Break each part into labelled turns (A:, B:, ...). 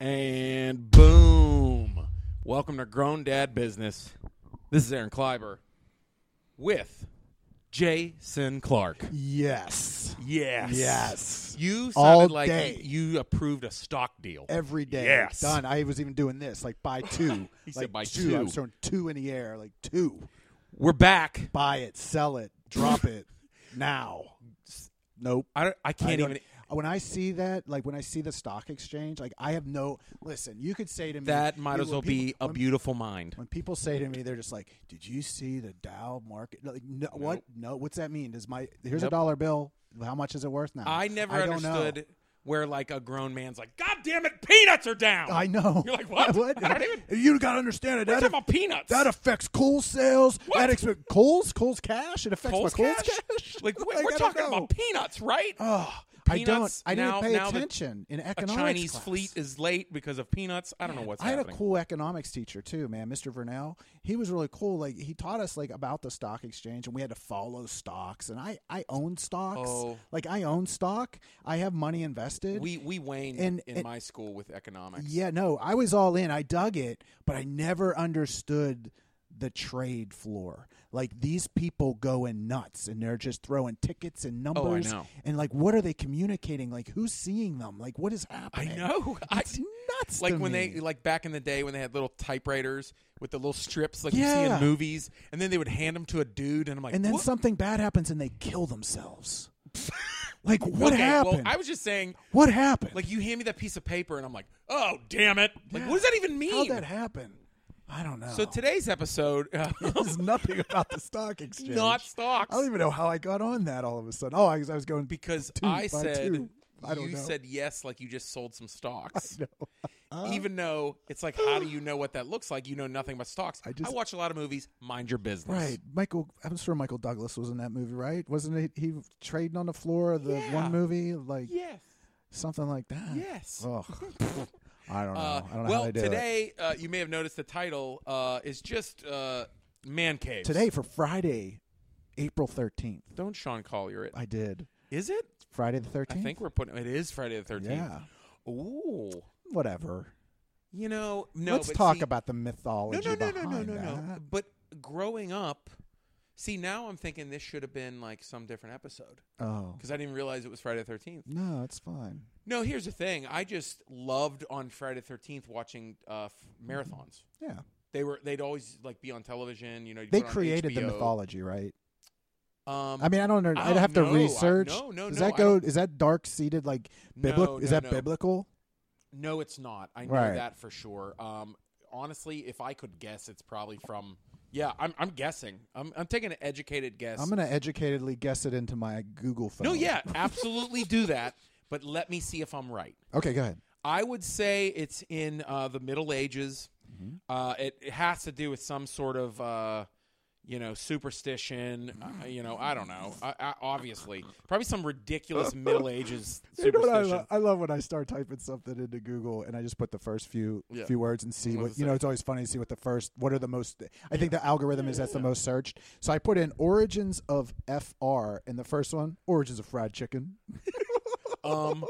A: And boom. Welcome to Grown Dad Business. This is Aaron Kleiber with Jason Clark.
B: Yes.
A: Yes.
B: Yes.
A: You sounded
B: All
A: like
B: day.
A: you approved a stock deal.
B: Every day.
A: Yes.
B: Done. I was even doing this, like by two.
A: He
B: like
A: said by
B: I
A: two.
B: was throwing two in the air, like two.
A: We're back.
B: Buy it, sell it, drop it now. Nope.
A: I, don't- I can't
B: I don't-
A: even.
B: When I see that, like when I see the stock exchange, like I have no. Listen, you could say to me
A: That might
B: you-
A: as
B: when
A: well be
B: people-
A: a
B: when-
A: beautiful mind.
B: When people say to me, they're just like, "Did you see the Dow market? Like, no, what? No, what's that mean? Does my here's
A: Nope.
B: a dollar bill? How much is it worth now?
A: I never
B: I don't know.
A: understood where like a grown man's like, God damn it, peanuts are down.
B: I know.
A: You're like, what? I don't even.
B: You gotta understand it.
A: We're
B: That,
A: talking about peanuts.
B: that affects coal sales.
A: What?
B: That affects Coles. Coles cash. It affects
A: Kohl's
B: my Coles
A: cash? Like, we-
B: Like,
A: we're
B: I don't
A: talking
B: know.
A: about peanuts, right?
B: Oh, I don't.
A: Peanuts,
B: I didn't
A: now-
B: pay
A: now that
B: attention in
A: a
B: economics.
A: Chinese
B: class.
A: fleet is late because of peanuts. I don't know what's
B: I had a
A: happening.
B: cool economics teacher too, man, Mr. Vernell. He was really cool. Like he taught us like about the stock exchange, and we had to follow stocks. And I I own stocks.
A: Oh.
B: Like I own stock. I have money invested.
A: we we waned
B: And-
A: in
B: and-
A: my school with economics.
B: Yeah, no, I was all in. I dug it, but I never understood the trade floor. Like these people going nuts and they're just throwing tickets and numbers.
A: Oh, know.
B: And like, what are they communicating? Like, who's seeing them? Like, what is
A: I
B: happening?
A: know. I,
B: It's nuts.
A: like
B: to
A: when
B: me.
A: they like back in the day when they had little typewriters with the little strips like you see
B: Yeah.
A: in movies, and then they would hand them to a dude, and I'm like,
B: and then
A: what?
B: something bad happens and they kill themselves. like, what
A: okay,
B: happened?
A: Well, I was just saying,
B: what happened?
A: like you hand me that piece of paper, and I'm like, oh damn it! Like what does that even mean?
B: how'd that happen? I don't know.
A: so today's episode,
B: there's nothing about the stock exchange.
A: not stocks.
B: I don't even know how I got on that all of a sudden. Oh, I was, I was going
A: because
B: two
A: I
B: by
A: said
B: two. I don't
A: you
B: know.
A: said yes, like you just sold some stocks.
B: Uh-huh.
A: Even though it's like, how do you know what that looks like? You know nothing about stocks. I,
B: just-
A: watch a lot of movies. Mind your business.
B: right. Michael, I'm sure Michael Douglas was in that movie, right? Wasn't it, he trading on the floor of the
A: Yeah.
B: one movie, like
A: Yes.
B: something like that?
A: Yes.
B: Ugh. I don't know.
A: Uh,
B: I don't know
A: well,
B: how they do it.
A: today uh, you may have noticed the title uh, is just uh, man caves.
B: Today for Friday, April 13th,
A: don't Sean Collier it.
B: I did
A: Is it?
B: Friday the 13th.
A: I think we're putting it is Friday the Thirteenth.
B: Yeah.
A: Ooh.
B: Whatever.
A: You know, no.
B: Let's
A: but
B: talk
A: see-
B: about the
A: no,
B: mythology
A: no, no, no,
B: behind
A: no, no, no.
B: that.
A: But growing up, see, now I'm thinking this should have been like some different episode
B: Oh
A: because I didn't realize it was Friday the Thirteenth.
B: no, it's fine.
A: No, here's the thing. I just loved on Friday the Thirteenth watching uh, f- marathons.
B: Yeah,
A: They were they'd always like be on television. You know, you'd
B: they
A: put on
B: created the
A: HBO.
B: mythology, right?
A: Um,
B: I mean, I don't know.
A: I
B: I'd
A: don't
B: have
A: know.
B: to
A: I-
B: research.
A: no, no,
B: Does
A: no,
B: that
A: I
B: go?
A: don't-
B: Is that dark seated like biblical?
A: No,
B: is
A: no,
B: that
A: no.
B: biblical?
A: No, it's not. I know
B: Right.
A: that for sure. Um, honestly, if I could guess, it's probably from. Yeah, I'm, I'm guessing. I'm, I'm taking an educated guess.
B: I'm gonna educatedly guess it into my Google phone.
A: no, yeah, absolutely do that. But let me see if I'm right.
B: Okay, go ahead.
A: I would say it's in uh, the Middle Ages.
B: Mm-hmm.
A: Uh, it, it has to do with some sort of, uh, you know, superstition.
B: Mm-hmm.
A: Uh, you know, I don't know. I, I, obviously, probably some ridiculous Middle Ages
B: You know what I,
A: superstition.
B: love? I love when I start typing something into Google and I just put the first few
A: Yeah.
B: few words and see
A: What
B: what
A: does it
B: you know.
A: say?
B: It's always funny to see what the first what are the most. I think the algorithm is that's the most searched. So I put in origins of FR and the first one origins of fried chicken.
A: um,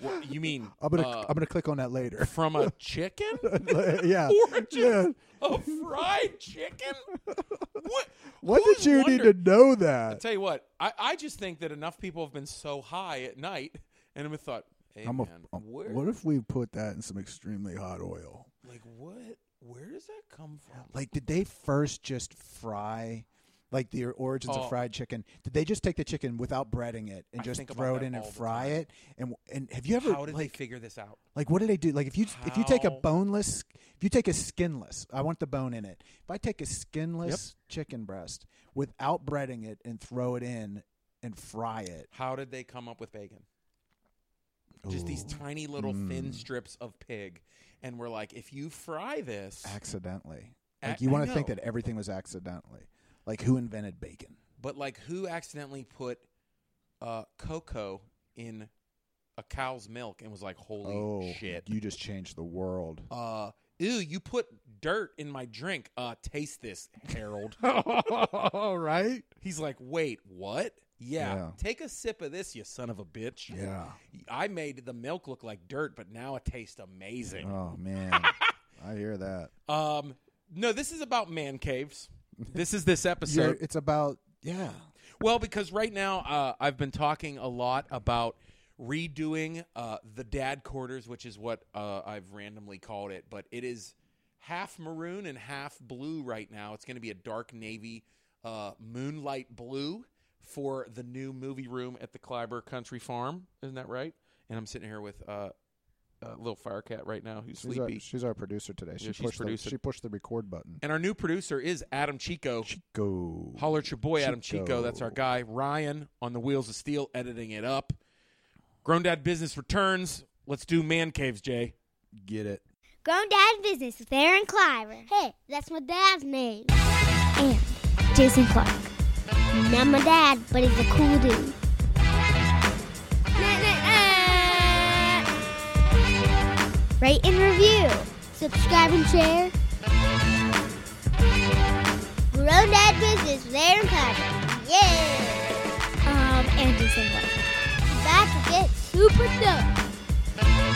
A: wha- you mean
B: I'm gonna
A: uh,
B: I'm gonna click on that later.
A: from a chicken?
B: yeah.
A: Origins
B: Yeah.
A: of fried chicken? What?
B: What
A: who's
B: did you need to
A: wondered-
B: know that?
A: Tell you what, I, I just think that enough people have been so high at night and have thought, hey
B: I'm a,
A: man,
B: um,
A: where,
B: what if we put that in some extremely hot oil?
A: like what? Where does that come from?
B: Like, did they first just fry, like the origins
A: Oh.
B: of fried chicken? Did they just take the chicken without breading it and
A: I
B: just
A: think about
B: throw it
A: that
B: in and
A: all the
B: fry
A: time.
B: it? And and have you ever
A: How did
B: like
A: they figure this out?
B: like what do they do? Like if you if you take a
A: How?
B: boneless, if you take a skinless, I want the bone in it. If I take a skinless chicken breast without breading it and throw it in and fry it,
A: How did they come up with bacon? Just these tiny little
B: Mm.
A: thin strips of pig, and we're like, if you fry this,
B: accidentally,
A: A-
B: like you
A: I
B: want to think
A: know.
B: that everything was accidentally. Like who invented bacon?
A: but like who accidentally put uh, cocoa in a cow's milk and was like, holy
B: oh
A: shit,
B: You just changed the world.
A: uh ew you put dirt in my drink uh taste this harold
B: All right.
A: he's like wait what Yeah,
B: Yeah.
A: take a sip of this, you son of a bitch.
B: Yeah.
A: I made the milk look like dirt, but now it tastes amazing.
B: Oh man, I hear that.
A: Um, no, this is about man caves. This is this episode.
B: You're- it's about yeah.
A: Well, because right now uh, I've been talking a lot about redoing uh, the dad quarters, which is what uh, I've randomly called it, but it is half maroon and half blue right now. It's going to be a dark navy, uh, moonlight blue for the new movie room at the Clyber Country Farm. Isn't that right? And I'm sitting here with uh, a little fire cat right now who's
B: She's
A: sleepy.
B: our, she's our producer today. She
A: Yeah, she's
B: pushed the,
A: producer.
B: she pushed the record button.
A: and our new producer is Adam Chico.
B: Go.
A: Holler at your boy Adam Chico.
B: Chico.
A: That's our guy Ryan on the wheels of steel, editing it up. Grown Dad Business returns. Let's do man caves, Jay.
B: Get it.
C: Grown Dad Business with Aaron Cliver. Hey, that's my dad's name. And Jason Clark. Not my dad, but he's a cool dude. Rate and review. Subscribe and share. Grown Dad Business with Aaron Cliver. Yeah! Um, and Jason Clark. About to get super dope.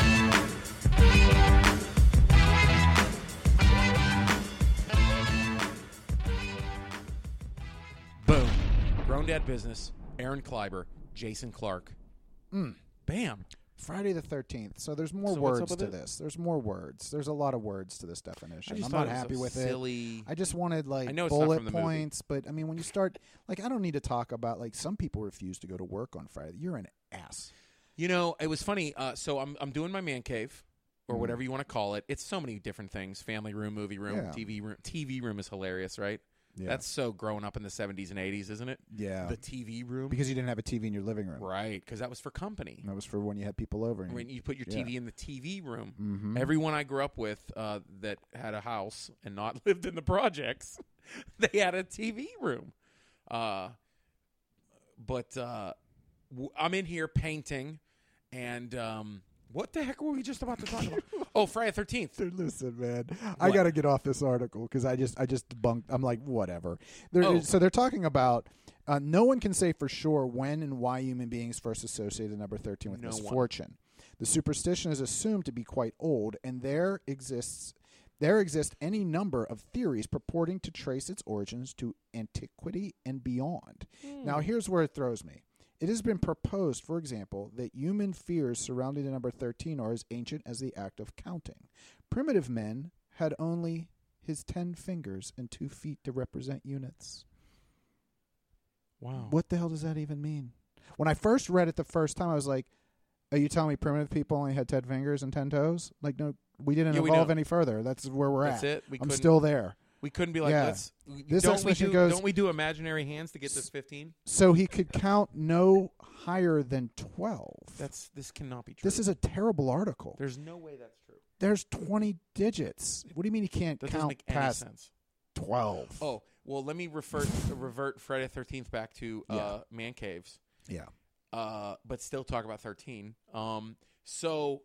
A: Boom. Grown Dad Business. Aaron Kleiber, Jason Clark.
B: Hmm.
A: Bam.
B: Friday the thirteenth. So there's more
A: So what's up
B: words
A: with
B: to
A: it?
B: this. There's more words. There's a lot of words to this definition. I'm not happy with it.
A: silly.
B: I just wanted like
A: I know it's not
B: bullet
A: from the movie.
B: points, but I mean, when you start, like, I don't need to talk about like some people refuse to go to work on Friday. You're an ass.
A: You know, it was funny. Uh, so I'm I'm doing my man cave, or
B: Mm-hmm.
A: whatever you want to call it. It's so many different things: family room, movie room,
B: Yeah.
A: TV room. TV room is hilarious, right?
B: Yeah.
A: That's so growing up in the 70s and 80s, isn't it?
B: yeah,
A: The TV room,
B: because you didn't have a TV in your living room.
A: right? Because that was for company.
B: That was for when you had people over. And
A: when you put your
B: yeah.
A: TV in the TV room.
B: Mhm.
A: Everyone I grew up with uh, that had a house and not lived in the projects, they had a TV room. Uh, but uh, w- I'm in here painting, and um, what the heck were we just about to talk about? oh, Friday Thirteenth.
B: Dude, listen, man. I got to get off this article because I just, I just debunked. I'm like, whatever. They're,
A: Oh.
B: So they're talking about uh, no one can say for sure when and why human beings first associated the number thirteen with
A: No one.
B: misfortune. The superstition is assumed to be quite old, and there exists there exist any number of theories purporting to trace its origins to antiquity and beyond.
A: Hmm.
B: Now, here's where it throws me. It has been proposed, for example, that human fears surrounding the number 13 are as ancient as the act of counting. Primitive men had only his 10 fingers and 2 feet to represent units.
A: Wow.
B: What the hell does that even mean? When I first read it the first time, I was like, "Are you telling me primitive people only had ten fingers and ten toes?" Like, no, we didn't
A: Yeah, we
B: evolve
A: don't.
B: any further. That's where we're
A: That's
B: at.
A: it. We
B: I'm
A: couldn't-
B: still there.
A: We couldn't be like
B: Yeah.
A: let's.
B: This
A: don't we
B: explanation
A: do,
B: goes-
A: Don't we do imaginary hands to get this fifteen?
B: So he could count no higher than twelve.
A: That's this cannot be true.
B: this is a terrible article.
A: There's no way that's true.
B: There's 20 digits. What do you mean he can't
A: That doesn't
B: count
A: make any
B: past
A: sense.
B: 12?
A: Oh well, let me refer revert Friday Thirteenth back to uh, man caves,
B: yeah.
A: uh, but still talk about thirteen. Um, so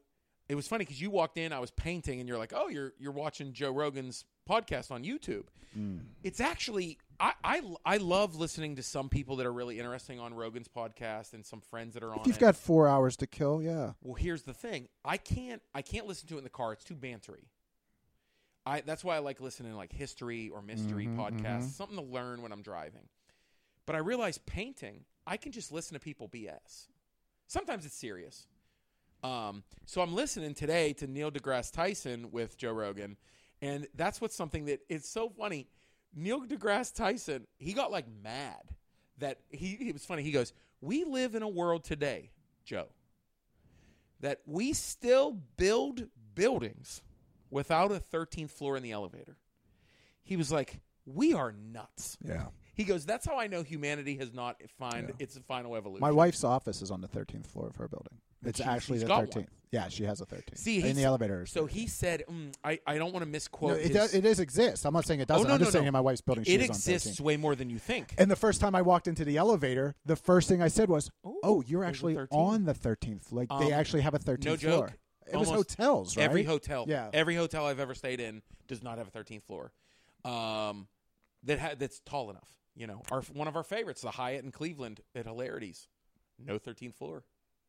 A: it was funny because you walked in, I was painting, and you're like, "Oh, you're you're watching Joe Rogan's podcast on YouTube."
B: Mm.
A: It's actually I, I I love listening to some people that are really interesting on Rogan's podcast and some friends that are on.
B: If you've
A: it.
B: got four hours to kill, yeah.
A: Well, here's the thing. I can't I can't listen to it in the car. It's too bantery. I that's why I like listening to like history or mystery podcasts, something to learn when I'm driving. But I realize painting, I can just listen to people BS. Sometimes it's serious. Um, so I'm listening today to Neil deGrasse Tyson with Joe Rogan, and that's what's something that it's so funny. Neil deGrasse Tyson, he got like mad that he it was funny. He goes, "We live in a world today, Joe, that we still build buildings without a 13th floor in the elevator." He was like, "We are nuts."
B: Yeah.
A: He goes, "That's how I know humanity has not find
B: Yeah.
A: its final evolution."
B: My wife's office is on the 13th floor of her building. It's
A: She-
B: actually
A: she's
B: the
A: got one.
B: 13th. Yeah, she has a 13th.
A: See,
B: in
A: he's-
B: the elevator.
A: So he said, mm, I, "I don't want to misquote."
B: No, it,
A: his-
B: does, it does exist. I'm not saying it doesn't.
A: Oh, no,
B: I'm just
A: no,
B: saying
A: no.
B: in my wife's building, she
A: it
B: is on
A: exists
B: 13.
A: way more than you think.
B: And the first time I walked into the elevator, the first thing I said was,
A: Ooh,
B: "Oh, you're
A: there's a
B: actually
A: 13th.
B: on the 13th. Like they
A: Um,
B: actually have a 13th
A: no
B: floor.
A: joke,
B: It was
A: almost
B: hotels, right?
A: Every hotel,
B: Yeah.
A: every hotel I've ever stayed in does not have a 13th floor, um, that ha- that's tall enough. You you know, our one of our favorites, the Hyatt in Cleveland at Hilarities. No 13th floor.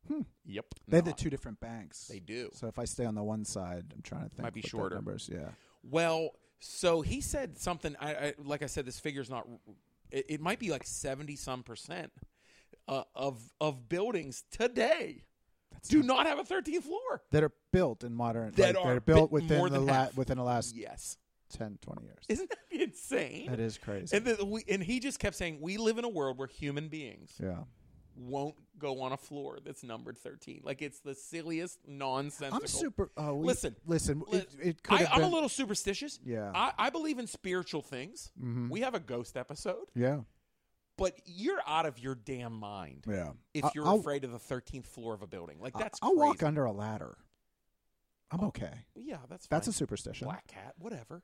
B: Hmm.
A: Yep.
B: They have the
A: not.
B: two different banks.
A: They do.
B: So if I stay on the one side, I'm trying to think.
A: Might be
B: what that
A: shorter.
B: numbers. Yeah.
A: Well, so he said something. I, I like I said, this figure's not. It, it might be like seventy some percent uh, of of buildings today do not have a thirteenth floor.
B: That are built in modern.
A: That
B: like,
A: are
B: they're built
A: bit-
B: within
A: more
B: the
A: than
B: la-
A: half.
B: within the last
A: Yes,
B: 10, 20 years.
A: isn't that insane?
B: that is crazy.
A: And then we, and he just kept saying, "We live in a world where human beings
B: yeah.
A: won't go on a floor that's numbered 13. Like it's the silliest nonsensical.
B: I'm super. Oh, we-
A: Listen.
B: listen.
A: Li-
B: It, it could
A: I,
B: have
A: I'm
B: been.
A: a little superstitious.
B: Yeah.
A: I, I believe in spiritual things.
B: Mhm.
A: We have a ghost episode,
B: yeah.
A: but you're out of your damn mind
B: Yeah.
A: if
B: I-
A: you're
B: I'll-
A: afraid of the 13th floor of a building. Like
B: I-
A: that's
B: I'll walk
A: crazy. Oh,
B: under a ladder. I'm okay.
A: Yeah, that's
B: That's a
A: fine.
B: superstition.
A: black cat, whatever.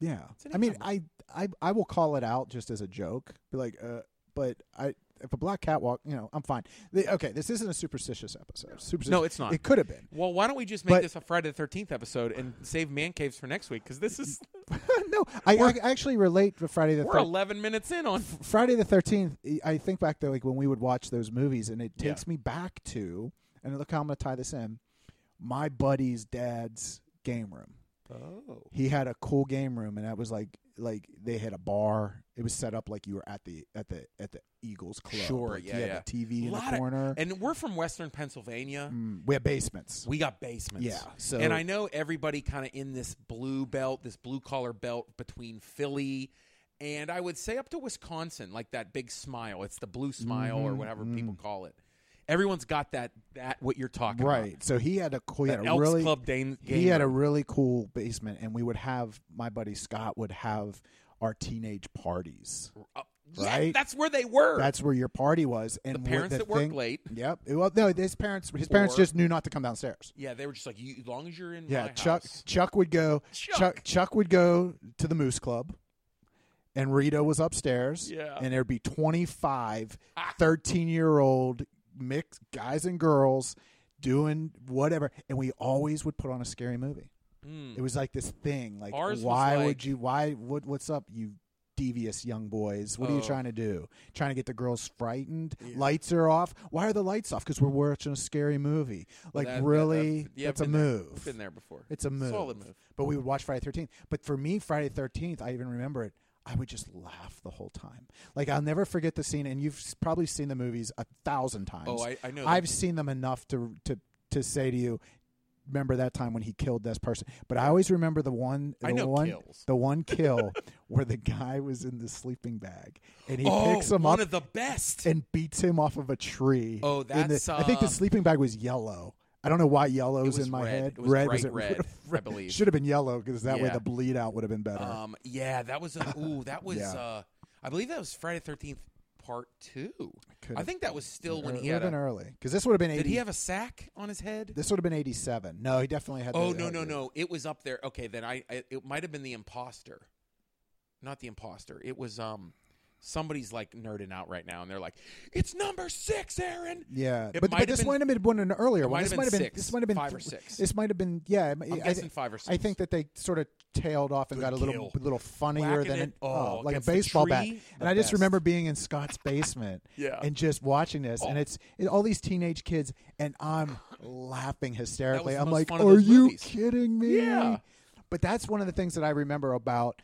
B: Yeah.
A: It's an
B: I mean, I,
A: animal.
B: I I will call it out just as a joke. Be like, uh, but I if a black cat walk, you know, I'm fine. The- okay, this isn't a superstitious episode. Superstitious.
A: No, it's not.
B: It could have been.
A: Well, why don't we just make
B: But-
A: this a Friday the 13th episode and save man caves for next week cuz this is
B: no, I, I actually relate to Friday the
A: we're
B: thir-
A: 11 minutes in on
B: Friday the Thirteenth. I think back to like when we would watch those movies, and it
A: Yeah.
B: takes me back to and look how I'm going to tie this in. My buddy's dad's game room.
A: Oh.
B: he had a cool game room and that was like like they had a bar it was set up like you were at the at the at the eagles club
A: Sure,
B: Like,
A: yeah,
B: he had
A: yeah.
B: the tv in
A: Lot
B: the
A: of-
B: corner
A: And we're from Western Pennsylvania.
B: Mm, we had basements
A: We got basements.
B: Yeah, so-
A: and I know everybody kind of in this blue belt, this blue collar belt between Philly and I would say up to Wisconsin, like that big smile. It's the blue smile or
B: Mhm,
A: whatever
B: mm.
A: people call it. Everyone's got that that what you're talking
B: right so he had a cool he
A: about.
B: had
A: That
B: a
A: Elks
B: really
A: Club Dane game.
B: he had a
A: room.
B: really cool basement and we would have my buddy scott would have our teenage parties
A: Uh, yeah,
B: right?
A: that's where they were.
B: that's where your party was and
A: the
B: what
A: parents
B: the
A: that worked
B: thing-
A: late.
B: yep well no his parents his parents
A: Or-
B: just knew not to come downstairs
A: Yeah, they were just like, you, as long as you're in
B: Yeah,
A: my
B: Chuck.
A: house.
B: Chuck would go.
A: Chuck.
B: Chuck. Chuck. would go to the Moose Club, and Rita was upstairs.
A: Yeah. Ah.
B: and there'd be 25, 13 year old mixed guys and girls doing whatever, and we always would put on a scary movie.
A: Mm.
B: It was like this thing. Like,
A: Ours was
B: why
A: like-
B: would you? Why? What? What's up, you? Devious young boys, what are
A: Oh.
B: you trying to do? Trying to get the girls frightened?
A: Yeah.
B: Lights are off. Why are the lights off? Because we're watching a scary movie. Like,
A: That- that-
B: really?
A: that- yeah,
B: that's a
A: been there.
B: move.
A: Been there before.
B: It's a move.
A: Solid move.
B: But we would watch Friday Thirteenth. But for me, Friday Thirteenth, I even remember it. I would just laugh the whole time. Like I'll never forget the scene. And you've s- probably seen the movies a thousand times.
A: Oh, I, I know.
B: have seen them enough to to to say to you, remember that time when he killed this person. But I always remember the one. The
A: I know
B: one,
A: kills.
B: The one kill where the guy was in the sleeping bag and he
A: oh,
B: picks him
A: one
B: up
A: of the best.
B: and beats him off of a tree.
A: Oh,
B: in the-
A: that's,
B: I think
A: uh,
B: the sleeping bag was yellow. I don't know why yellow's
A: was
B: in my
A: red.
B: head.
A: It was
B: red
A: bright
B: was it?
A: red, I believe.
B: Should have been yellow because that way
A: Yeah.
B: the bleed out would have been better.
A: Um, yeah, that was a, ooh, that was
B: Yeah.
A: uh, I believe that was Friday Thirteenth Part Two.
B: Could
A: I
B: have-
A: think that was still when
B: or-
A: he
B: would
A: had.
B: have been
A: A,
B: early because this would have been eighty.
A: did he have a sack on his head?
B: this would have been eighty-seven. No, he definitely had.
A: Oh
B: the,
A: no
B: uh,
A: no no! It was up there. Okay, then I, I it might have been the imposter, not the imposter. It was um somebody's like nerding out right now, and they're like, "It's number six, Aaron."
B: Yeah,
A: It
B: but,
A: might have
B: but this
A: been-
B: might have been one an earlier
A: It
B: one.
A: might
B: This
A: have
B: might have
A: been
B: been.
A: six,
B: This might have been
A: five or
B: th-
A: six.
B: This might have been. Yeah, I'm
A: I'm guessing five or six.
B: I think that they sort of tailed off and
A: Good
B: got a little
A: kill.
B: a little funnier
A: Whacking
B: than
A: it,
B: an-
A: oh,
B: oh, like a
A: against the
B: baseball bat.
A: tree,
B: And
A: the
B: I just
A: best.
B: remember being in Scott's basement
A: Yeah.
B: and just watching this, and
A: Oh.
B: it's it, all these teenage kids, and I'm laughing hysterically.
A: the
B: I'm
A: most
B: like,
A: fun of
B: "Are
A: those
B: you
A: movies."
B: kidding me?"
A: Yeah.
B: But that's one of the things that I remember about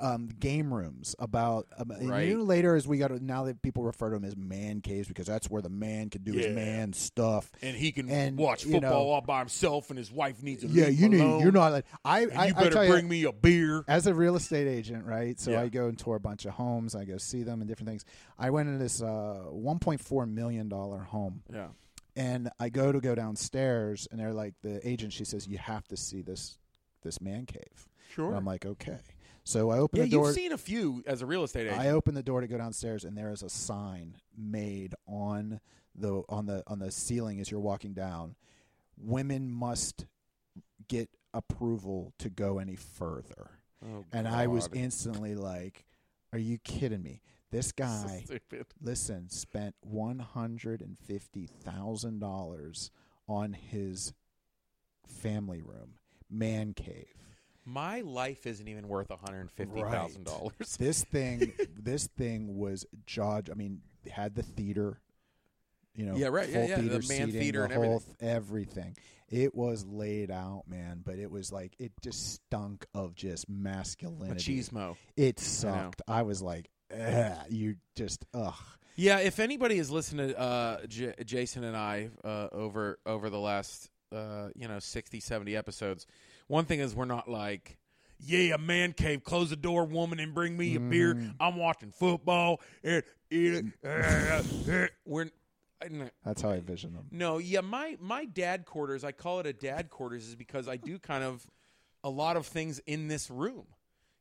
B: um, game rooms. About um, and
A: Right.
B: you know, later, as we got to- now that people refer to them as man caves because that's where the man can do
A: Yeah.
B: his man stuff.
A: And he can
B: And,
A: watch
B: you
A: football
B: know-
A: all by himself, and his wife needs to
B: yeah,
A: leave
B: you
A: him
B: need
A: alone,
B: you're not like I.
A: And
B: I,
A: you
B: I
A: better
B: tell you,
A: bring me a beer.
B: as a real estate agent, right? So
A: Yeah.
B: I go and tour a bunch of homes. I go see them and different things. I went into this uh, 1.4 million dollar home,
A: Yeah.
B: and I go to go downstairs, and they're like the agent. She says you have to see this this man cave.
A: Sure.
B: And I'm like, okay. So I open
A: yeah,
B: the door.
A: you've seen a few as a real estate agent.
B: I open the door to go downstairs, and there is a sign made on the on the on the ceiling as you're walking down. Women must get approval to go any further.
A: Oh,
B: And I was
A: God.
B: instantly like, "Are you kidding me? This
A: So
B: guy,
A: stupid.
B: listen, spent one hundred and fifty thousand dollars on his family room, man cave."
A: My life isn't even worth one hundred fifty thousand dollars.
B: This thing, this thing was judge. I mean, had the theater, you know,
A: Yeah, right, yeah,
B: full
A: yeah, the
B: theater
A: man
B: seating,
A: theater
B: the
A: and
B: whole th- everything. It was laid out, man, but it was like it just stunk of just masculinity.
A: Machismo.
B: It sucked. I, was like, "Ugh," you just ugh.
A: Yeah, if anybody has listened to uh, J- Jason and I uh, over over the last uh, you know 60, 70 episodes, one thing is we're not like, yeah, man cave, close the door, woman, and bring me a beer. I'm watching football. And eat it. we're I-
B: That's how I envision them.
A: no, yeah, my my dad quarters. I call it a dad quarters is because I do kind of a lot of things in this room.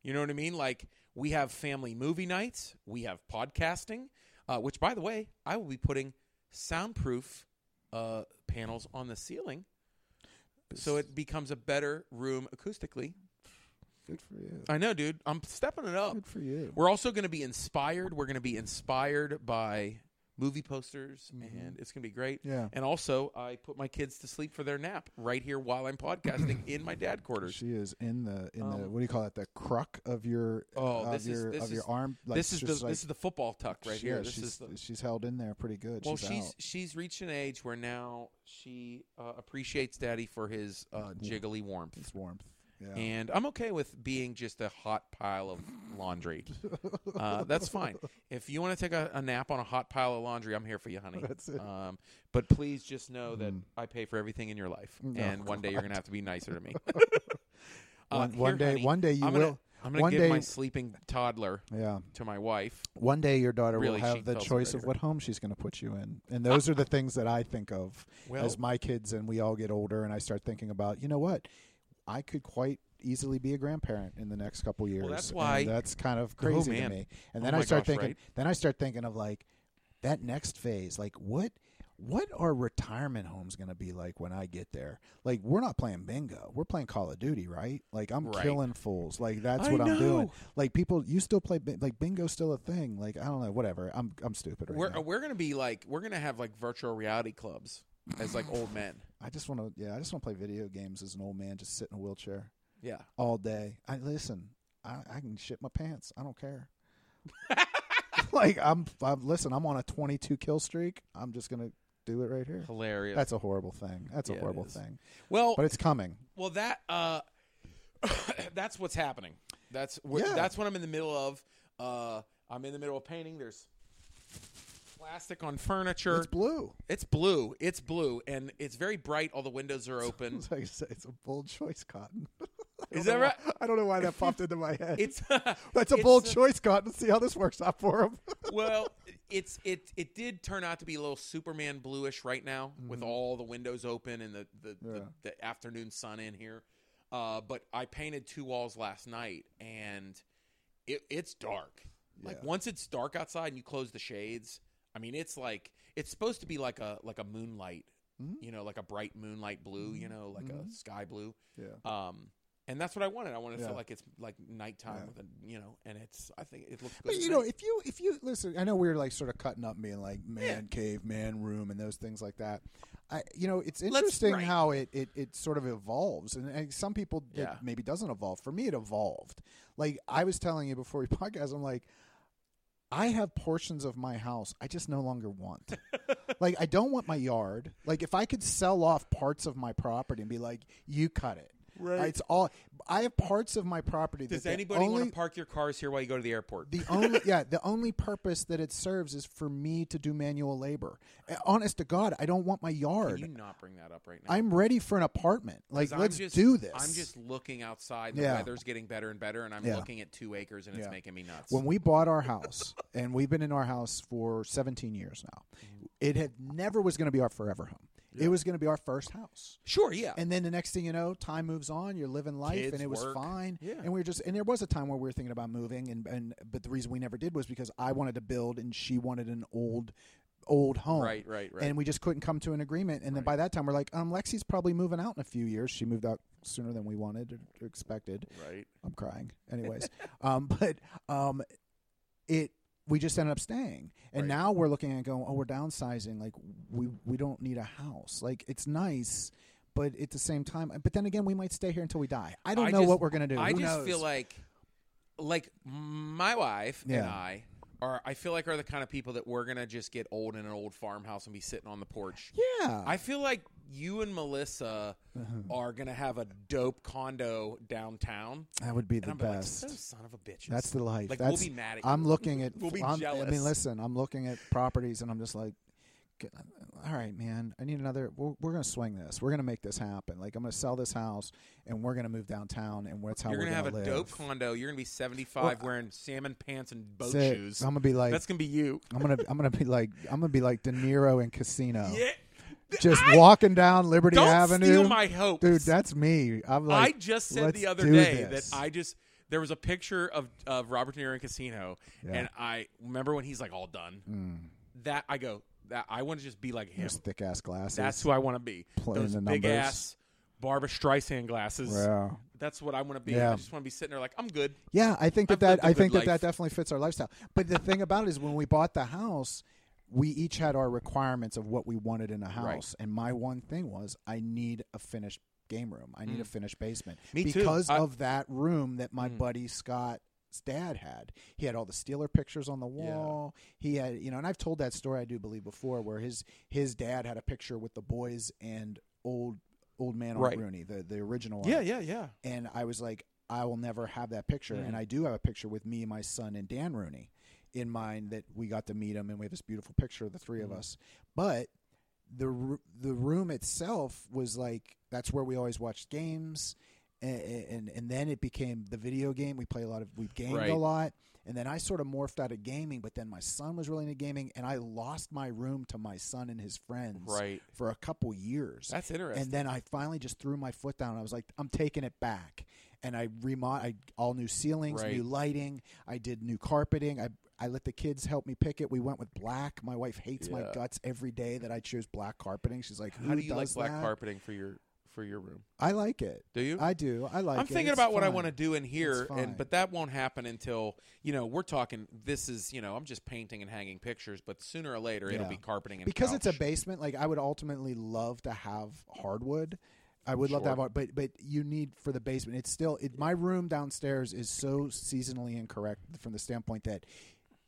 A: You know what I mean? Like we have family movie nights, we have podcasting, uh, which by the way, I will be putting soundproof uh, panels on the ceiling, so it becomes a better room acoustically.
B: Good for you.
A: I know, dude. I'm stepping it up.
B: Good for you.
A: We're also going to be inspired. We're going to be inspired by movie posters, and it's going to be great.
B: Yeah.
A: And also, I put my kids to sleep for their nap right here while I'm podcasting in my dad quarters.
B: She is in the in the
A: Um,
B: what do you call it? The crook of your
A: Oh,
B: of
A: this is-
B: your
A: this
B: of your
A: is-
B: arm. Like,
A: this is the
B: just like-
A: this is the football tuck right
B: yeah,
A: here. This
B: she's,
A: is the,
B: she's held in there pretty good.
A: well,
B: she's,
A: she's
B: out.
A: she's reached an age where now she uh, appreciates daddy for his uh, jiggly warmth.
B: It's warmth. Yeah.
A: And I'm okay with being just a hot pile of laundry. Uh, that's fine. If you want to take a, a nap on a hot pile of laundry, I'm here for you, honey.
B: That's it. Mm.
A: Um, but please just know that I pay for everything in your life,
B: Oh,
A: and one day you're gonna have to be nicer to me. Uh,
B: One-
A: here,
B: one day-
A: honey,
B: one day you
A: I'm gonna,
B: will.
A: I'm gonna
B: One
A: give
B: day-
A: my sleeping toddler
B: yeah.
A: to my wife.
B: One day your daughter
A: Really,
B: will
A: she
B: have the
A: felt so
B: choice of
A: great.
B: what home she's going to put you in. And those are the things that I think of
A: Well-
B: as my kids and we all get older and I start thinking about, you know what? I could quite easily be a grandparent in the next couple years.
A: that's
B: and
A: why- Oh,
B: that's kind of crazy to
A: man.
B: me. And
A: Oh
B: then
A: my
B: I start
A: gosh,
B: thinking
A: right?
B: then I start thinking of like that next phase, like what what are retirement homes going to be like when I get there? Like we're not playing bingo. We're playing Call of Duty, right? Like I'm
A: Right.
B: killing fools. Like that's
A: I
B: what I'm doing
A: know.
B: like people you still play bin- like bingo's still a thing like i don't know whatever i'm i'm stupid right
A: We're uh,
B: now.
A: we're gonna be like we're gonna have like virtual reality clubs as like old men.
B: i just want to yeah i just want to play video games as an old man just sit in a wheelchair
A: Yeah,
B: all day i listen i, I can shit my pants i don't care like I'm, I'm listen i'm on a 22 kill streak i'm just gonna do it right here
A: hilarious.
B: that's a horrible thing that's
A: Yeah,
B: a
A: it
B: horrible
A: is.
B: thing
A: well,
B: but it's coming
A: Well, that uh, that's what's happening. That's wh-
B: Yeah.
A: that's what I'm in the middle of. Uh, I'm in the middle of painting. There's plastic on furniture.
B: it's
A: It's,
B: blue
A: blue. It's blue, and it's very bright. All the windows are open.
B: it's, like, it's it's a bold choice cotton I don't
A: Is that
B: know why-
A: right?
B: i don't know why that popped into my head
A: It's
B: that's a
A: it's,
B: bold
A: uh,
B: choice cotton see how this works out for him
A: well, it's it it did turn out to be a little Superman bluish right now with all the windows open and the the,
B: Mm-hmm. Yeah.
A: the, the afternoon sun in here. Uh, but I painted two walls last night, and it, it's dark. Like
B: Yeah.
A: once it's dark outside and you close the shades, I mean, it's like it's supposed to be like a like a moonlight,
B: Mhm.
A: you know, like a bright moonlight blue, you know, like
B: Mm-hmm.
A: a sky blue.
B: yeah
A: Um, and that's what I wanted. I wanted to
B: Yeah.
A: feel like it's like nighttime,
B: Yeah.
A: with a, you know, and it's I think it looks. Good
B: But
A: at
B: you
A: night.
B: know, if you if you listen, I know we were like sort of cutting up, and being like man cave, man room, and those things like that. I, you know, it's interesting
A: right.
B: how it, it it sort of evolves, and, and some people it
A: Yeah.
B: maybe doesn't evolve. For me, it evolved. Like I was telling you before we podcast, I'm like, I have portions of my house I just no longer want. like I don't want my yard. Like if I could sell off parts of my property and be like, you cut it.
A: Right.
B: It's all. I have parts of my property.
A: Does
B: that the
A: anybody want
B: only-
A: to park your cars here while you go to the airport?
B: the only yeah, the only purpose that it serves is for me to do manual labor. Uh, Honest to God, I don't want my
A: Can
B: yard.
A: you not bring that up right now?
B: I'm ready for an apartment. Like
A: 'Cause I'm
B: let's
A: just-
B: do this.
A: I'm just looking outside. The
B: Yeah.
A: weather's getting better and better, and I'm
B: Yeah.
A: looking at two acres, and it's
B: Yeah.
A: making me nuts.
B: when we bought our house, and we've been in our house for 17 years now,
A: Mm-hmm.
B: it had never was going to be our forever home. It was going to be our first house.
A: sure, yeah.
B: And then the next thing you know, time moves on. You're living life,
A: Kids,
B: and it was
A: work.
B: fine.
A: Yeah.
B: And we were just, and there was a time where we were thinking about moving, and and but the reason we never did was because I wanted to build, and she wanted an old, old home.
A: Right, right, right.
B: And we just couldn't come to an agreement. And then by that time, we're like, um, Lexi's probably moving out in a few years. She moved out sooner than we wanted or expected.
A: right.
B: I'm crying. Anyways, um, but um, it we just ended up staying, and
A: Right.
B: now we're looking at going, oh, we're downsizing. Like we we don't need a house. Like it's nice, but at the same time, but then again, we might stay here until we die. I don't know
A: just-
B: what we're gonna do.
A: I
B: Who
A: just
B: knows?
A: feel like, like my wife and
B: Yeah.
A: I are. I feel like are the kind of people that we're gonna just get old in an old farmhouse and be sitting on the porch.
B: yeah,
A: I feel like you and Melissa
B: Uh-huh.
A: are gonna have a dope condo downtown.
B: that would be
A: And
B: the
A: I'm like,
B: best.
A: so son of a bitch.
B: That's the life.
A: Like, we'll
B: That's
A: be mad at
B: I'm
A: you.
B: looking at.
A: We'll be
B: I'm- I
A: jealous.
B: mean, listen. I'm looking at properties, and I'm just like, "G- all right, man. I need another. We're, we're gonna swing this. We're gonna make this happen. Like I'm gonna sell this house, and we're gonna move downtown, and that's how
A: You're
B: we're
A: gonna have a
B: live.
A: dope condo. You're gonna be 75, wearing salmon pants and boat
B: Sick.
A: shoes.
B: I'm gonna be like.
A: That's gonna be you.
B: I'm gonna. I'm gonna be like. I'm gonna be like De Niro in Casino.
A: Yeah.
B: Just
A: I-
B: walking down Liberty
A: Don't
B: Avenue.
A: steal my hopes,
B: Dude, that's me. I'm
A: I
B: like.
A: just said
B: "Let's
A: the other
B: do
A: day
B: this."
A: that I just there was a picture of of Robert De Niro in Casino,
B: Yeah. Mm.
A: and I remember when he's like all done. That I go that I want to just be like him.
B: Those thick ass glasses.
A: That's who I want to be.
B: Playing
A: Those
B: the
A: big
B: numbers.
A: ass Barbara Streisand glasses.
B: Yeah.
A: That's what I want to be.
B: Yeah.
A: I just want to be sitting there like I'm good.
B: Yeah, I think
A: I've
B: that
A: lived a
B: that I
A: good
B: think
A: life.
B: that that definitely fits our lifestyle. But the thing about it is, when we bought the house, we each had our requirements of what we wanted in a house, and my one thing was I need a finished game room. I need a finished basement
A: Mm. Me too.
B: because
A: I- Mm.
B: of that room that my buddy Scott's Dad had. He had all the Steeler pictures on the wall. He had, you know, and I've told that story I do believe before, where his his dad had a picture with the boys and old old man Art
A: Right.
B: Rooney, the the original. Art
A: yeah, yeah.
B: and I was like, I will never have that picture.
A: Mm.
B: And I do have a picture with me, my son, and Dan Rooney in mind that we got to meet him, and we have this beautiful picture of the three of
A: Mm.
B: us. But the ru- the room itself was like that's where we always watched games, and and, and then it became the video game. We play a lot of we gamed
A: Right.
B: a lot. And then I sort of morphed out of gaming, but then my son was really into gaming, and I lost my room to my son and his friends
A: Right.
B: for a couple years.
A: That's interesting.
B: And then I finally just threw my foot down. I was like, I'm taking it back. And I remod, I all new ceilings,
A: Right.
B: new lighting. I did new carpeting. I I let the kids help me pick it. We went with black. My wife hates my
A: Yeah.
B: guts every day that I choose black carpeting. She's like,
A: How
B: "Who
A: do you like
B: does
A: black
B: that?"
A: carpeting for your for your room?
B: I like it.
A: Do you?
B: I do. I like.
A: I'm
B: it.
A: thinking
B: It's
A: about what I
B: fun.
A: want to do in here,
B: It's fine.
A: and but that won't happen until you know we're talking. This is you know I'm just painting and hanging pictures, but sooner or later it'll
B: Yeah.
A: be carpeting and
B: because it's a
A: couch.
B: basement. Like I would ultimately love to have hardwood. I would love to
A: Sure.
B: have, hard- but but you need for the basement. It's still it, my room downstairs is so seasonally incorrect from the standpoint that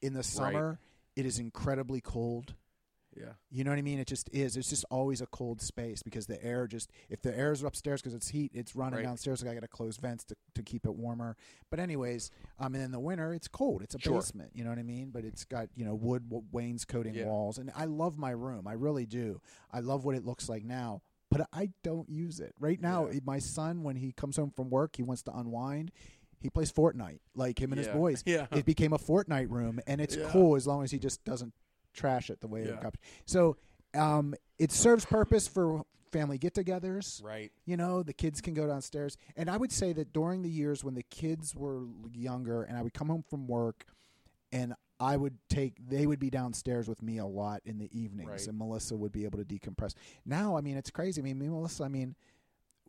B: in the summer it is incredibly cold.
A: yeah.
B: You know what I mean? It just is. It's just always a cold space because the air just if the air is upstairs because it's heat, it's running
A: Right.
B: downstairs. Like I got to close vents to, to keep it warmer. But anyways, um, and in the winter it's cold. It's a
A: Sure.
B: basement. You know what I mean? But it's got you know wood w- wainscoting
A: Yeah.
B: walls, and I love my room. I really do. I love what it looks like now. But I don't use it right now.
A: Yeah.
B: My son, when he comes home from work, he wants to unwind. He plays Fortnite, like him and
A: Yeah.
B: his boys.
A: Yeah.
B: It became a Fortnite room, and it's
A: Yeah.
B: cool as long as he just doesn't trash it the way
A: Yeah.
B: it got. So um, it serves purpose for family get-togethers.
A: Right.
B: You know, the kids can go downstairs, and I would say that during the years when the kids were younger, and I would come home from work, and I would take they would be downstairs with me a lot in the evenings,
A: Right.
B: and Melissa would be able to decompress. Now, I mean, it's crazy. I mean, me and Melissa, I mean,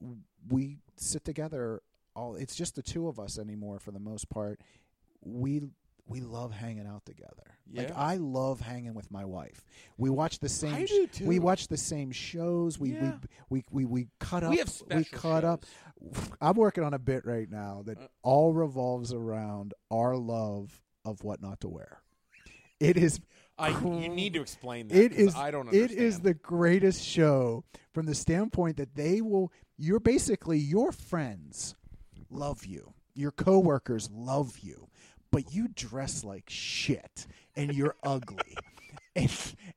B: w- we sit together all. It's just the two of us anymore for the most part. We we love hanging out together. Like
A: Yeah.
B: I love hanging with my wife. We watch the same.
A: I
B: sh-
A: do, too.
B: We watch the same shows. We
A: Yeah.
B: we, we we we cut up.
A: We have special Uh.
B: cut up. I'm working on a bit right now that all revolves around our love of what not to wear. It is
A: I you need to explain that.
B: it
A: 'cause
B: is
A: I don't.
B: it
A: Understand.
B: is the greatest show from the standpoint that they will you're basically your friends love you. Your coworkers love you, but you dress like shit and you're ugly. And,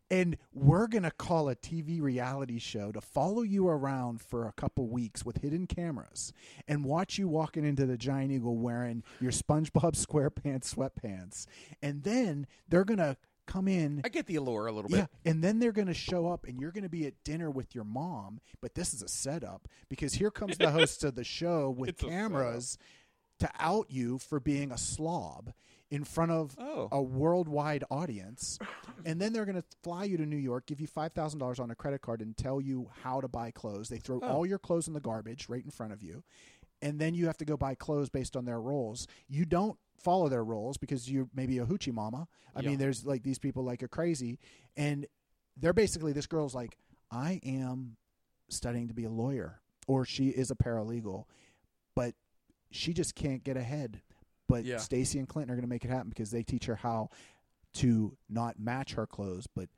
B: and we're going to call a TV reality show to follow you around for a couple weeks with hidden cameras and watch you walking into the Giant Eagle wearing your SpongeBob SquarePants sweatpants. And then they're going to come in
A: I get the allure a little bit.
B: yeah, and then they're going to show up, and you're going to be at dinner with your mom. But this is a setup because here comes the host of the show with
A: It's a
B: cameras to out you for being a slob in front of
A: Oh.
B: a worldwide audience. and then they're going to fly you to New York, give you $5,000 on a credit card, and tell you how to buy clothes. They
A: Oh.
B: throw all your clothes in the garbage right in front of you. And then you have to go buy clothes based on their roles. You don't follow their roles because you're maybe a hoochie mama. I
A: Yeah.
B: mean, there's like these people like are crazy. And they're basically, this girl's like, I am studying to be a lawyer or she is a paralegal, but she just can't get ahead. But
A: Yeah.
B: Stacy and Clinton are going to make it happen because they teach her how to not match her clothes, but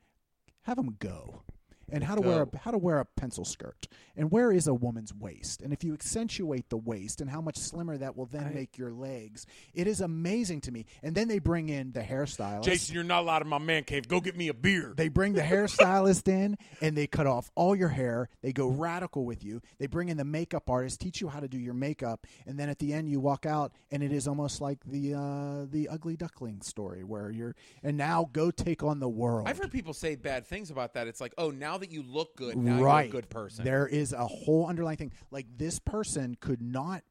B: have them go. And how to wear
A: Go.
B: a, how to wear a pencil skirt, and where is a woman's waist, and if you accentuate the waist, and how much slimmer that will then
A: I-
B: make your legs. It is amazing to me. And then they bring in the hairstylist.
A: Jason, you're not allowed in my man cave. Go get me a beer.
B: They bring the hairstylist in and they cut off all your hair. They go radical with you. They bring in the makeup artist, teach you how to do your makeup, and then at the end you walk out and it is almost like the uh, the ugly duckling story where you're and now go take on the world.
A: I've heard people say bad things about that. It's like, oh, now that you look good, now
B: right.
A: you're a good person.
B: There is a whole underlying thing. Like this person could not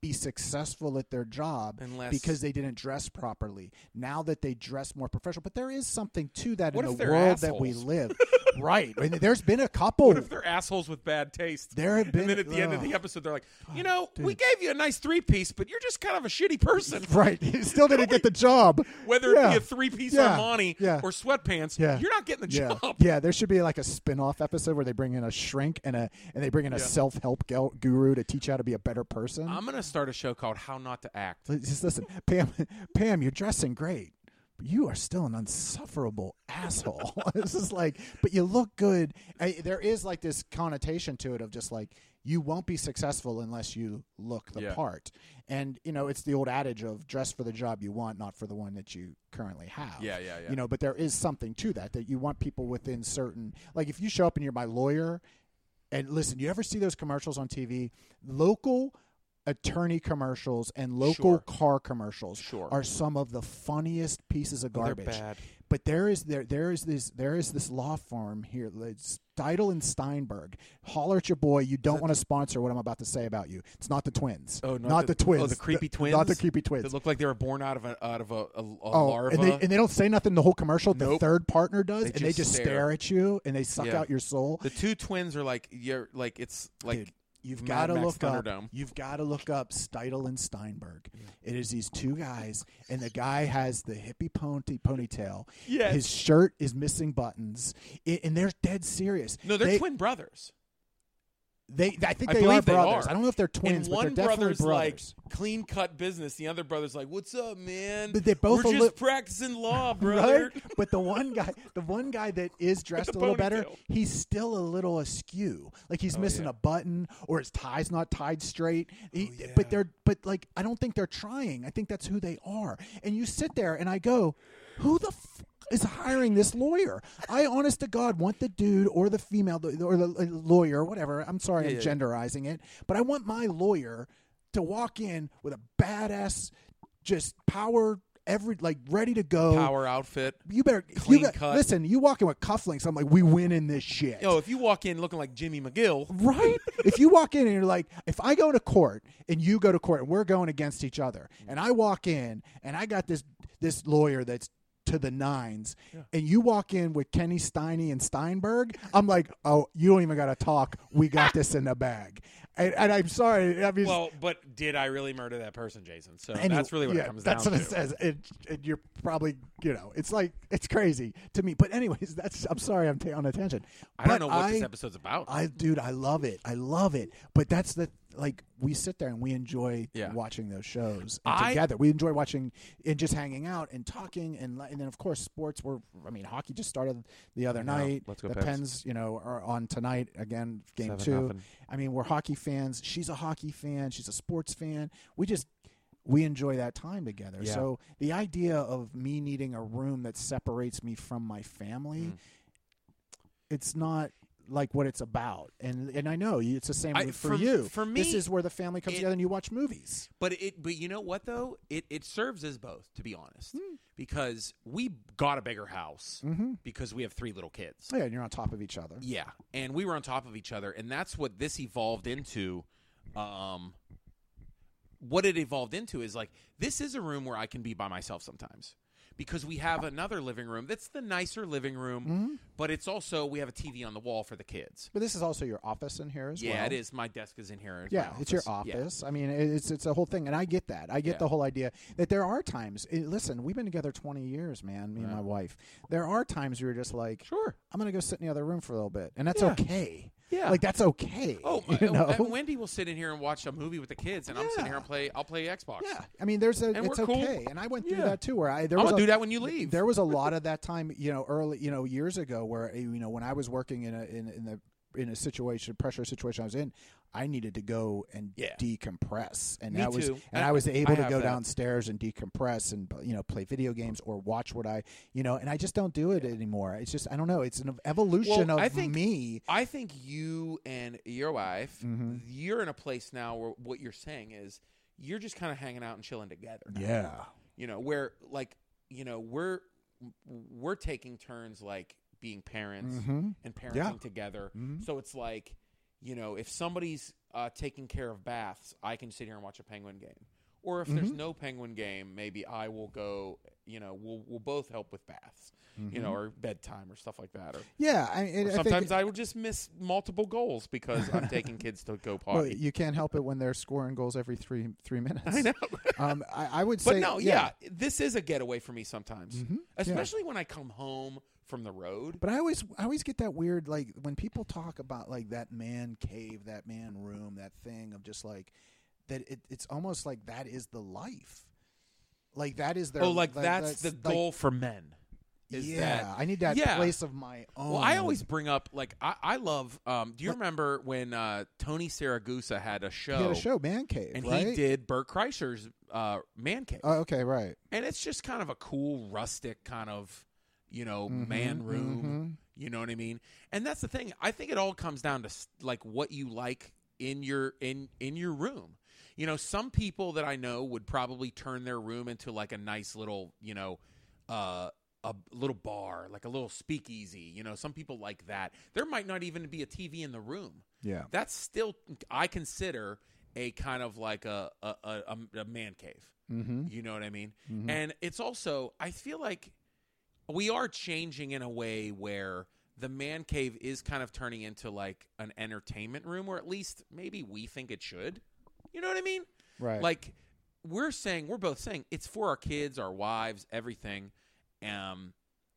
B: be successful at their job
A: Unless-
B: because they didn't dress properly. Now that they dress more professional, but there is something to that
A: What
B: in
A: if
B: the
A: they're
B: world that we
A: assholes?
B: live. right. And there's been a couple.
A: What if they're assholes with bad taste?
B: There have been-
A: and then at the end of
B: ugh.
A: the episode, they're like, you know, we gave you a nice three piece, but you're just kind of a shitty person.
B: Right. He still didn't get the job.
A: Whether
B: yeah.
A: it be a three piece
B: Yeah.
A: Armani
B: Yeah.
A: or sweatpants,
B: Yeah.
A: you're not getting the
B: yeah.
A: job.
B: Yeah, there should be like a spin-off episode where they bring in a shrink and a and they bring in a self-help gal- guru to teach you how to be a better person.
A: I'm gonna start a show called How Not to Act.
B: L- Just listen, Pam. Pam, you're dressing great, but you are still an insufferable asshole. this is like, but you look good. I, there is like this connotation to it of just like you won't be successful unless you look the
A: Yeah.
B: part. And you know, it's the old adage of dress for the job you want, not for the one that you currently have.
A: Yeah, yeah, yeah.
B: You know, but there is something to that that you want people within certain. Like if you show up and you're my lawyer, and listen, you ever see those commercials on TV? Local attorney commercials and local
A: Sure.
B: car commercials
A: Sure.
B: are some of the funniest pieces of
A: Oh, they're
B: garbage.
A: bad.
B: But there is there there is this there is this law firm here, it's Steidel and Steinberg. Holler at your boy. You don't want to sponsor what I'm about to say about you. It's not the twins.
A: Oh,
B: not,
A: not
B: the,
A: the-
B: twins.
A: oh, the creepy
B: Th- Not the
A: twins?
B: creepy twins.
A: That look like they were born out of a out of a, a, a
B: Oh,
A: larva.
B: and they, and they don't say nothing the whole commercial. The
A: Nope.
B: third partner does,
A: They
B: and they
A: just
B: just stare.
A: stare.
B: at you and they suck
A: Yeah.
B: out your soul.
A: the two twins are like you're like it's like
B: Dude, you've got
A: Mad
B: to
A: Max
B: look up.
A: Thunderdome.
B: You've got to look up Steidel and Steinberg. It is these two guys, and the guy has the hippie pony ponytail.
A: Yes.
B: his shirt is missing buttons, it, and they're dead serious.
A: no, they're
B: they,
A: twin brothers.
B: They, I think
A: I
B: they are
A: believe they
B: brothers.
A: are.
B: I don't know if they're
A: and
B: twins, but
A: one
B: they're definitely
A: brother's
B: brothers.
A: like clean cut business. The other brother's like, "What's up, man?
B: But they both
A: we're
B: a
A: just
B: li-
A: practicing law, brother."
B: Right? But the one guy, the one guy that is dressed a
A: the
B: little better,
A: ponytail. Oh,
B: he's still a little askew. Like he's missing
A: yeah. Oh,
B: a button, or his tie's not tied straight. He- But they're, but like, I don't think they're trying. I think that's who they are. And you sit there, and I go, who the. F- is hiring this lawyer. I honest to God want the dude or the female or the uh, lawyer or whatever. I'm sorry I'm
A: yeah, yeah.
B: genderizing it, but I want my lawyer to walk in with a badass just power every like ready to go
A: Power outfit.
B: you better
A: Clean
B: you got-
A: cut.
B: Listen, you walk in with cufflinks. I'm like, we win in this shit.
A: Yo, if you walk in looking like Jimmy McGill,
B: Right? if you walk in and you're like, if I go to court and you go to court and we're going against each other, and I walk in and I got this this lawyer that's to the nines, and you walk in with Kenny Steiny and Steinberg, I'm like, oh, you don't even got to talk. We got this in the bag. And, and I'm sorry. I mean,
A: well, but did I really murder that person, Jason? So
B: Anyway,
A: that's really what
B: yeah,
A: it comes
B: that's
A: down
B: what
A: to.
B: it says and, and you're probably you know it's like it's crazy to me but anyways that's i'm sorry i'm ta- on a tangent
A: I don't
B: But
A: know what this
B: I-
A: episode's about.
B: i dude i love it i love it but that's the like we sit there and we enjoy
A: Yeah.
B: watching those shows and
A: I-
B: together we enjoy watching and just hanging out and talking and li- and then of course sports were i mean hockey just started the other
A: know.
B: night
A: Let's go
B: the
A: Pens.
B: pens you know are on tonight again game
A: Seven
B: two
A: nothing.
B: I mean, we're hockey fans. She's a hockey fan. She's a sports fan. We just we enjoy that time together.
A: Yeah.
B: So the idea of me needing a room that separates me from my family,
A: Mm.
B: it's not like what it's about. And and I know you- it's the same
A: I-
B: with- for,
A: for-
B: you.
A: for
B: this
A: me,
B: is where the family comes
A: it-
B: together and you watch movies.
A: But it, but you know what though, it it serves as both, to be honest,
B: Hmm.
A: because we got a bigger house
B: Mm-hmm.
A: because we have three little kids.
B: Yeah, and you're on top of each other.
A: Yeah, and we were on top of each other, and that's what this evolved into. Um, what it evolved into is like this is a room where I can be by myself sometimes because we have another living room that's the nicer living room,
B: Mm-hmm.
A: but it's also we have a TV on the wall for the kids.
B: But this is also your office in here as well.
A: yeah, it is. My desk is in here. It's my
B: Yeah, it's your
A: Yeah.
B: office. I mean, it- it's it's a whole thing, and I get that. I get
A: Yeah.
B: the whole idea that there are times. eh, listen, we've been together twenty years, man. Me and my wife. There are times you're just like,
A: Sure.
B: I'm gonna go sit in the other room for a little bit, and that's
A: Yeah.
B: okay.
A: Yeah.
B: Like that's okay.
A: Oh, my,
B: you know?
A: and Wendy will sit in here and watch a movie with the kids, and I'm sitting here and play. I'll play Xbox.
B: Yeah, I mean, there's a.
A: And
B: it's
A: we're cool.
B: okay, and I went through
A: Yeah.
B: that too. Where I there
A: I'm
B: was
A: gonna do
B: a-
A: that when you leave.
B: There was a lot of that time, you know, early, you know, years ago, where eh, you know when I was working in a in in the in a situation, pressure situation I was in, I needed to go and
A: Yeah.
B: decompress, and
A: Me
B: that was
A: too.
B: and
A: I-
B: I, was able
A: I
B: to
A: have
B: go
A: that.
B: downstairs and decompress and uh, you know play video games or watch what I you know, and I just don't do it anymore. It's just I don't know. It's an evolution
A: Well,
B: of
A: I think-
B: me.
A: I think you and your wife,
B: Mhm.
A: you're in a place now where what you're saying is you're just kind of hanging out and chilling together. now.
B: Yeah,
A: You know, where like, you know, we're we're taking turns like being parents
B: hmm
A: and parenting
B: Yeah.
A: together.
B: Mhm.
A: So it's like, you know, if somebody's uh, taking care of baths, I can sit here and watch a penguin game. Or if
B: Mm-hmm.
A: there's no penguin game, maybe I will go, you know, we'll we'll both help with baths, you know, or bedtime or stuff like that or
B: mm-hmm. yeah. I,
A: or
B: and I think,
A: sometimes I would just miss multiple goals because I'm taking kids to go potty.
B: Well, you can't help it when they're scoring goals every three three minutes.
A: I know.
B: Um, I, I would say,
A: But no, yeah. this is a getaway for me sometimes,
B: Mhm.
A: especially when I come home from the road.
B: But I always, I always get that weird, like when people talk about like that man cave, that man room, that thing of just like that. It, it's almost like that is the life. Like that is their.
A: oh, like that's, the
B: like,
A: goal for men. is
B: yeah,
A: that-
B: I need that
A: yeah.
B: place of my own.
A: Well, I always bring up like I, I love. Um, do you remember when uh, Tony Saragusa had a show?
B: he had a show, man cave,
A: and
B: right?
A: he did Bert Kreischer's uh, Man Cave,
B: Oh, okay, right.
A: and it's just kind of a cool rustic kind of you know Oh,
B: Mm-hmm,
A: man room. You know what I mean? And that's the thing. I think it all comes down to s- like what you like in your in in your room. You know, some people that I know would probably turn their room into like a nice little, you know, uh a little bar, like a little speakeasy. You know, some people like that. There might not even be a TV in the room.
B: Yeah.
A: That's still I consider a kind of like a a, a, a- a man cave.
B: Mm-hmm.
A: You know what I mean?
B: Mhm.
A: And it's also, I feel like we are changing in a way where the man cave is kind of turning into like an entertainment room, or at least maybe we think it should. You know what I mean?
B: Right.
A: Like we're saying, we're both saying it's for our kids, our wives, everything. Um,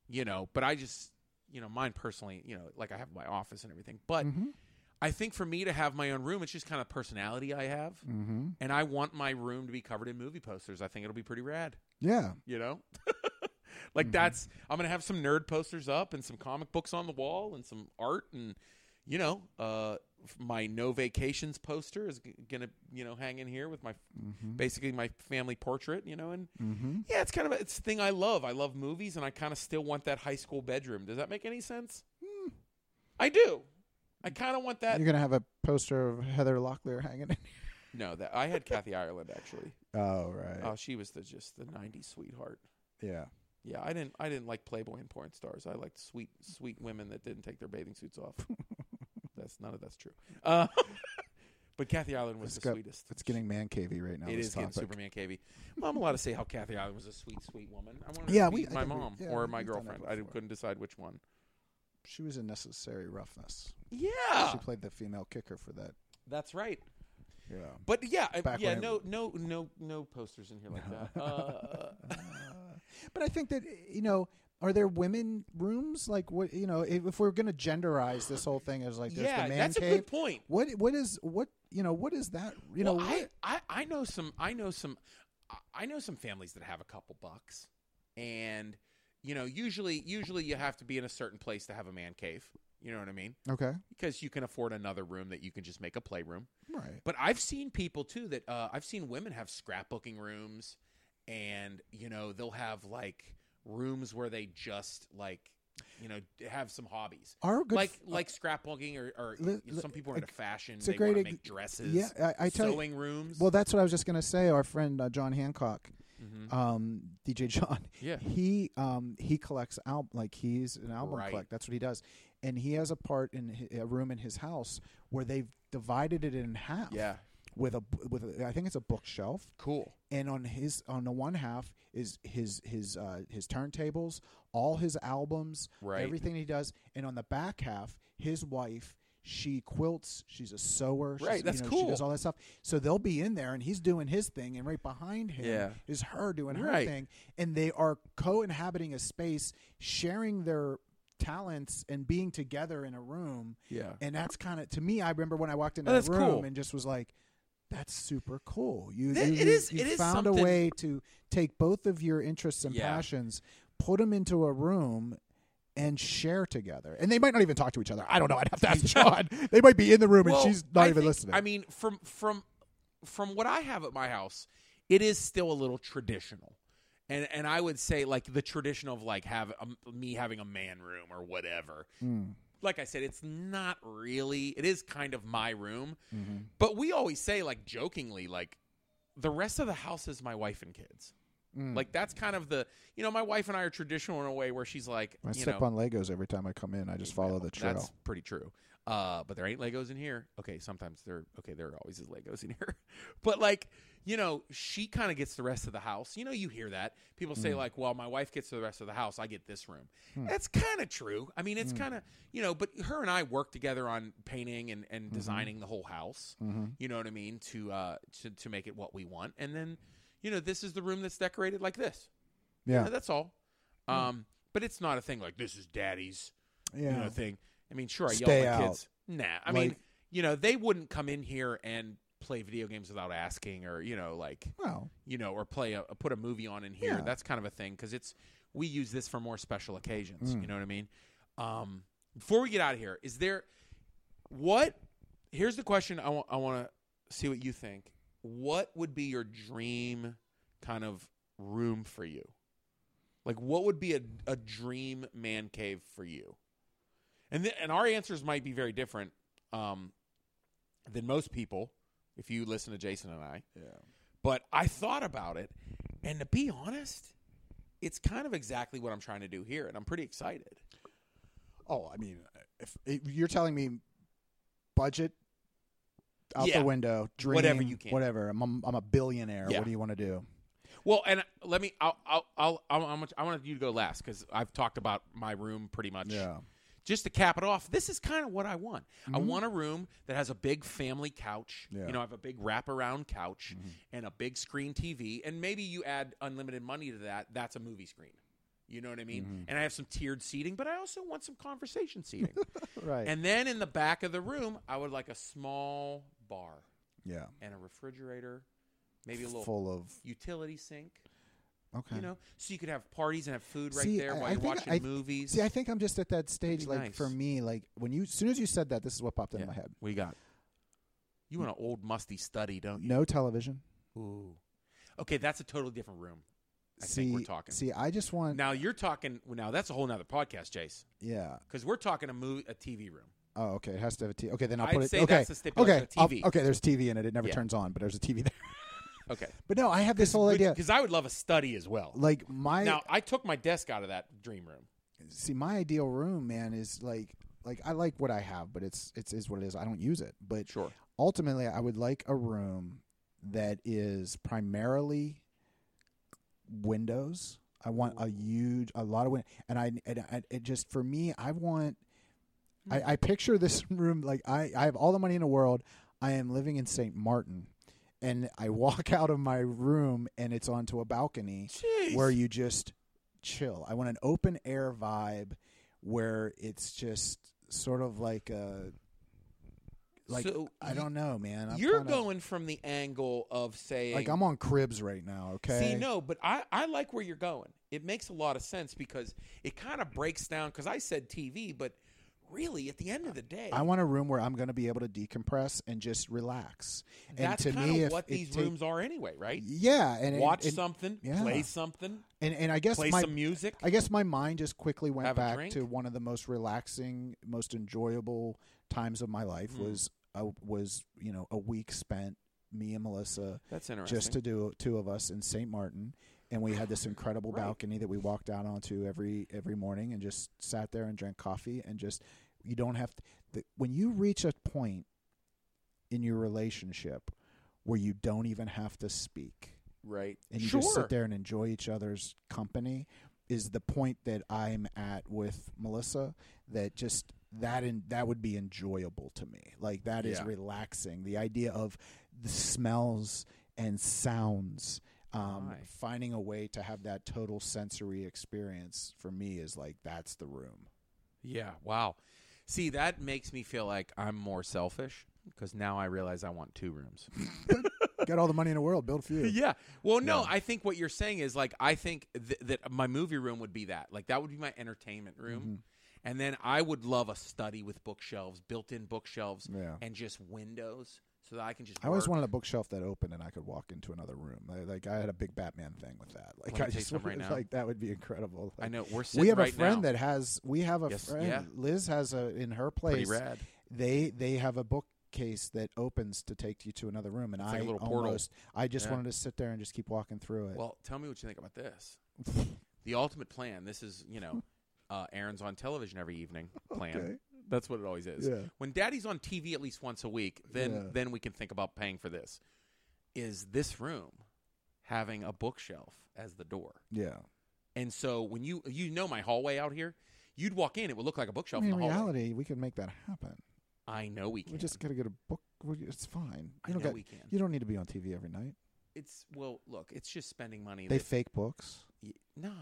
A: you know, but I just, you know, mine personally, you know, like I have my office and everything. But
B: Mhm.
A: I think for me to have my own room, it's just kind of personality I have.
B: Mm-hmm.
A: And I want my room to be covered in movie posters. I think it'll be pretty rad
B: Yeah.
A: you know like
B: Mm-hmm.
A: that's i'm gonna have some nerd posters up and some comic books on the wall and some art and you know uh f- my no vacations poster is g- gonna you know hang in here with my basically my family portrait you know and
B: Mm-hmm.
A: yeah it's kind of a, it's a thing i love i love movies and i kind of still want that high school bedroom does that make any sense i do i kind of want that
B: Hmm. You're gonna have a poster of Heather Locklear hanging. in
A: no that i had kathy ireland actually
B: Oh, right.
A: oh she was the just the 90s sweetheart
B: yeah.
A: Yeah, I didn't. I didn't like Playboy and porn stars. I liked sweet, sweet women that didn't take their bathing suits off. that's none of that's true. Uh, but Kathy Ireland was
B: It's
A: the
B: got-
A: sweetest.
B: It's getting man cavey right now.
A: It
B: this
A: is getting
B: topic.
A: Superman cavey. Well, I'm allowed to say how Kathy Ireland was a sweet, sweet woman. I wanted
B: Yeah,
A: to
B: we-
A: be
B: I
A: my
B: think we-
A: mom
B: yeah,
A: or
B: we've
A: my
B: done that
A: girlfriend. I
B: before.
A: couldn't decide which one.
B: She was in Necessary Roughness.
A: Yeah,
B: She played the female kicker for that.
A: that's right.
B: Yeah.
A: But yeah, I-
B: Back
A: yeah.
B: when-
A: No, no, no, no posters in here like that. Uh,
B: But I think that you know, are there women rooms? Like what you know, if, if we're going to genderize this whole thing as like there's
A: yeah,
B: the man
A: that's a
B: cave.
A: good point.
B: What what is what you know? What is that? You know,
A: Well, I,
B: what-
A: I, I know some I know some I- I know some families that have a couple bucks and you know usually usually you have to be in a certain place to have a man cave you know what I mean
B: okay,
A: because you can afford another room that you can just make a playroom
B: right,
A: but I've seen people too that uh, I've seen women have scrapbooking rooms and you know they'll have like rooms where they just like you know have some hobbies
B: are good.
A: like
B: f-
A: like scrapbooking or, or
B: Li- li-
A: some people are
B: a-
A: into fashion
B: it's a
A: they want to
B: great
A: make
B: ex-
A: dresses
B: yeah, I, I tell you.
A: sewing rooms
B: Well, that's what I was just going to say. Our friend uh, John Hancock,
A: hmm
B: um, DJ John,
A: Yeah.
B: he um he collects album like he's an album
A: Right.
B: collect. That's what he does, and he has a part in hi- a room in his house where they've divided it in half.
A: Yeah.
B: with a with a, I think it's a bookshelf,
A: Cool.
B: and on his on the one half is his his uh, his turntables, all his albums,
A: Right.
B: everything he does, and on the back half, his wife. She quilts. She's a sewer. she's-
A: Right,
B: you
A: that's
B: know, She
A: cool.
B: does all that stuff. So they'll be in there, and he's doing his thing, and right behind him
A: Yeah.
B: is her doing her
A: Right.
B: thing, and they are co-inhabiting a space, sharing their talents and being together in a room.
A: Yeah.
B: And that's kind of to me. I remember when I walked into
A: Oh,
B: that
A: that's
B: room
A: cool.
B: and just was like, "That's super cool." You,
A: That-
B: you
A: it is-
B: you
A: it is
B: found a
A: something-
B: way to take both of your interests and
A: Yeah.
B: passions, put them into a room. And share together, and they might not even talk to each other. I don't know. I'd have to ask John. They might be in the room,
A: Well,
B: and she's not
A: I
B: even
A: think-
B: listening.
A: I mean, from from from what I have at my house, it is still a little traditional, and and I would say like the tradition of like have um, me having a man room or whatever. Like I said, it's not really. It is kind of my room,
B: Hmm.
A: but we always say like jokingly like the rest of the house is my wife and kids.
B: Mm.
A: Like that's kind of the you know my wife and I are traditional in a way where she's like
B: I
A: you
B: step
A: know
B: on Legos every time I come in. I just follow the trail.
A: that's pretty true. Uh, but there ain't Legos in here. Okay, sometimes there. Okay, there always is Legos in here. but like, you know, she kind of gets the rest of the house. You know, you hear that people say
B: Mm.
A: like, "Well, my wife gets the rest of the house. I get this room."
B: Hmm.
A: That's kind of true. I mean, it's kind of you know. But her and I work together on painting and
B: Mm-hmm.
A: and designing the whole house. You know what I mean? To uh to to make it what we want. And then, you know, this is the room that's decorated like this.
B: Yeah. Hmm.
A: Yeah, that's all. Um, but it's not a thing like this is daddy's
B: Yeah.
A: you know thing. I mean, sure, I
B: Stay
A: yell at my
B: out.
A: kids. Nah, I mean,
B: Like-
A: you know, they wouldn't come in here and play video games without asking, or you know, like
B: Well,
A: you know, or play a put a movie on in here.
B: Yeah.
A: That's kind of a thing because it's we use this for more special occasions. You know what I mean? Um, before we get out of here, is there what? Here's the question I want. I want to see what you think. What would be your dream kind of room for you? Like, what would be a, a dream man cave for you? And th- and our answers might be very different um, than most people. If you listen to Jason and I, but I thought about it, and to be honest, it's kind of exactly what I'm trying to do here, and I'm pretty excited.
B: oh, I mean, if, if you're telling me budget out
A: Yeah.
B: the window, dream,
A: Whatever you can.
B: whatever. I'm, I'm a billionaire.
A: Yeah.
B: What do you want to do?
A: Well, and uh, let me. I'll. I'll. I'll. I'll I'm, I want you to go last because I've talked about my room pretty much.
B: Yeah. Mm-hmm.
A: Just to cap it off, this is kind of what I want. I want a room that has a big family couch.
B: Yeah.
A: You know, I have a big wraparound couch and a big screen TV, and maybe you add unlimited money to that. That's a movie screen. You know what I mean? And I have some tiered seating, but I also want some conversation seating.
B: Right.
A: And then in the back of the room, I would like a small bar
B: yeah.
A: and a refrigerator, maybe a little
B: full of
A: utility sink,
B: okay.
A: you know, so you could have parties and have food right
B: See,
A: there
B: I-
A: while
B: I
A: you're
B: think
A: watching
B: I-
A: movies.
B: See, I think I'm just at that stage.
A: be
B: Like
A: nice.
B: for me, like when you, as soon as you said that, this is what popped
A: Yeah.
B: in my head.
A: We got you want an old musty study, don't you?
B: No television.
A: Ooh. Okay, that's a totally different room. I
B: see,
A: think we're talking.
B: See, I just want.
A: Now you're talking. well, Now that's a whole nother podcast, Jace,
B: yeah.
A: because we're talking a movie, a TV room.
B: Oh, okay. It has to have a TV. Okay, then I'll
A: I'd
B: put it.
A: say
B: okay.
A: that's the stipulation,
B: okay.
A: a
B: I'll-
A: TV.
B: okay. There's TV in it. It never
A: Yeah.
B: turns on, but there's a TV there.
A: Okay,
B: But no, I have this whole idea.
A: because I would love a study as well.
B: Like my
A: now I took my desk out of that dream room.
B: see my ideal room man is like like i like what i have but it's it's is what it is i don't use it but
A: Sure.
B: ultimately i would like a room that is primarily windows i want a huge a lot of windows and i and I, it just for me i want I, I picture this room like I, I have all the money in the world i am living in st martin and i walk out of my room and it's onto a balcony
A: Jeez.
B: where you just chill. I want an open air vibe where it's just sort of like a like
A: So
B: I don't know, man. I'm
A: You're
B: kinda-
A: going from the angle of saying,
B: like I'm on cribs right now. Okay,
A: See, no, but I, I like where you're going. It makes a lot of sense because it kind of breaks down. Because I said TV, but really, at the end of the day,
B: I want a room where I'm going to be able to decompress and just relax.
A: that's
B: and to
A: kind
B: me,
A: of
B: if
A: what
B: it
A: these
B: take-
A: rooms are anyway, right?
B: Yeah, and it-
A: Watch
B: and,
A: something,
B: yeah.
A: play something,
B: and, and I guess
A: play
B: my
A: some music.
B: I guess my mind just quickly went
A: Have a
B: back
A: drink?
B: to one of the most relaxing, most enjoyable times of my life
A: Hmm.
B: was a, was you know a week spent me and Melissa
A: That's interesting.
B: just to do two of us in St. Martin, and we had this incredible
A: Right.
B: balcony that we walked out onto every every morning and just sat there and drank coffee and just you don't have to, the, when you reach a point in your relationship where you don't even have to speak
A: right?
B: and you
A: sure.
B: just sit there and enjoy each other's company is the point that I'm at with Melissa that just that and that would be enjoyable to me. Like that is
A: Yeah.
B: relaxing. The idea of the smells and sounds um,
A: Aye.
B: finding a way to have that total sensory experience for me is like that's the room.
A: Yeah. Wow. See, that makes me feel like I'm more selfish because now I realize I want two rooms.
B: Got all the money in the world, build a few.
A: yeah. Well, no, I think what you're saying is like I think th- that my movie room would be that. Like that would be my entertainment room.
B: Mm-hmm.
A: And then I would love a study with bookshelves, built-in bookshelves
B: Yeah.
A: and just windows so that I can just
B: I always
A: work.
B: wanted a bookshelf that opened and I could walk into another room. I- Like I had a big Batman thing with that. Like
A: Wanna
B: I
A: take
B: just
A: some right
B: wanted-
A: now?
B: like that would be incredible.
A: I
B: Like,
A: know we're sitting
B: We have
A: right
B: a friend
A: now.
B: that has. We have a
A: Yes,
B: friend.
A: yeah.
B: Liz has a in her
A: pretty
B: place.
A: rad.
B: They they have a bookcase that opens to take you to another room, and
A: It's
B: I
A: like a little portal.
B: almost I just
A: Yeah.
B: wanted to sit there and just keep walking through it.
A: Well, tell me what you think about this. the ultimate plan. This is, you know, uh, Aaron's on television every evening. Plan.
B: Okay.
A: That's what it always is.
B: Yeah.
A: When Daddy's on TV at least once a week, then
B: Yeah.
A: then we can think about paying for this. Is this room having a bookshelf as the door?
B: yeah.
A: And so when you you know my hallway out here, you'd walk in, it would look like a
B: I
A: bookshelf
B: mean,
A: in
B: in
A: the hallway.
B: reality, we could make that happen.
A: I know we can.
B: We just gotta get a book. we- It's fine.
A: I
B: You
A: know
B: don't got,
A: we can.
B: You don't need to be on TV every night.
A: it's well, look, it's just spending money.
B: They
A: that,
B: fake books.
A: y- nah.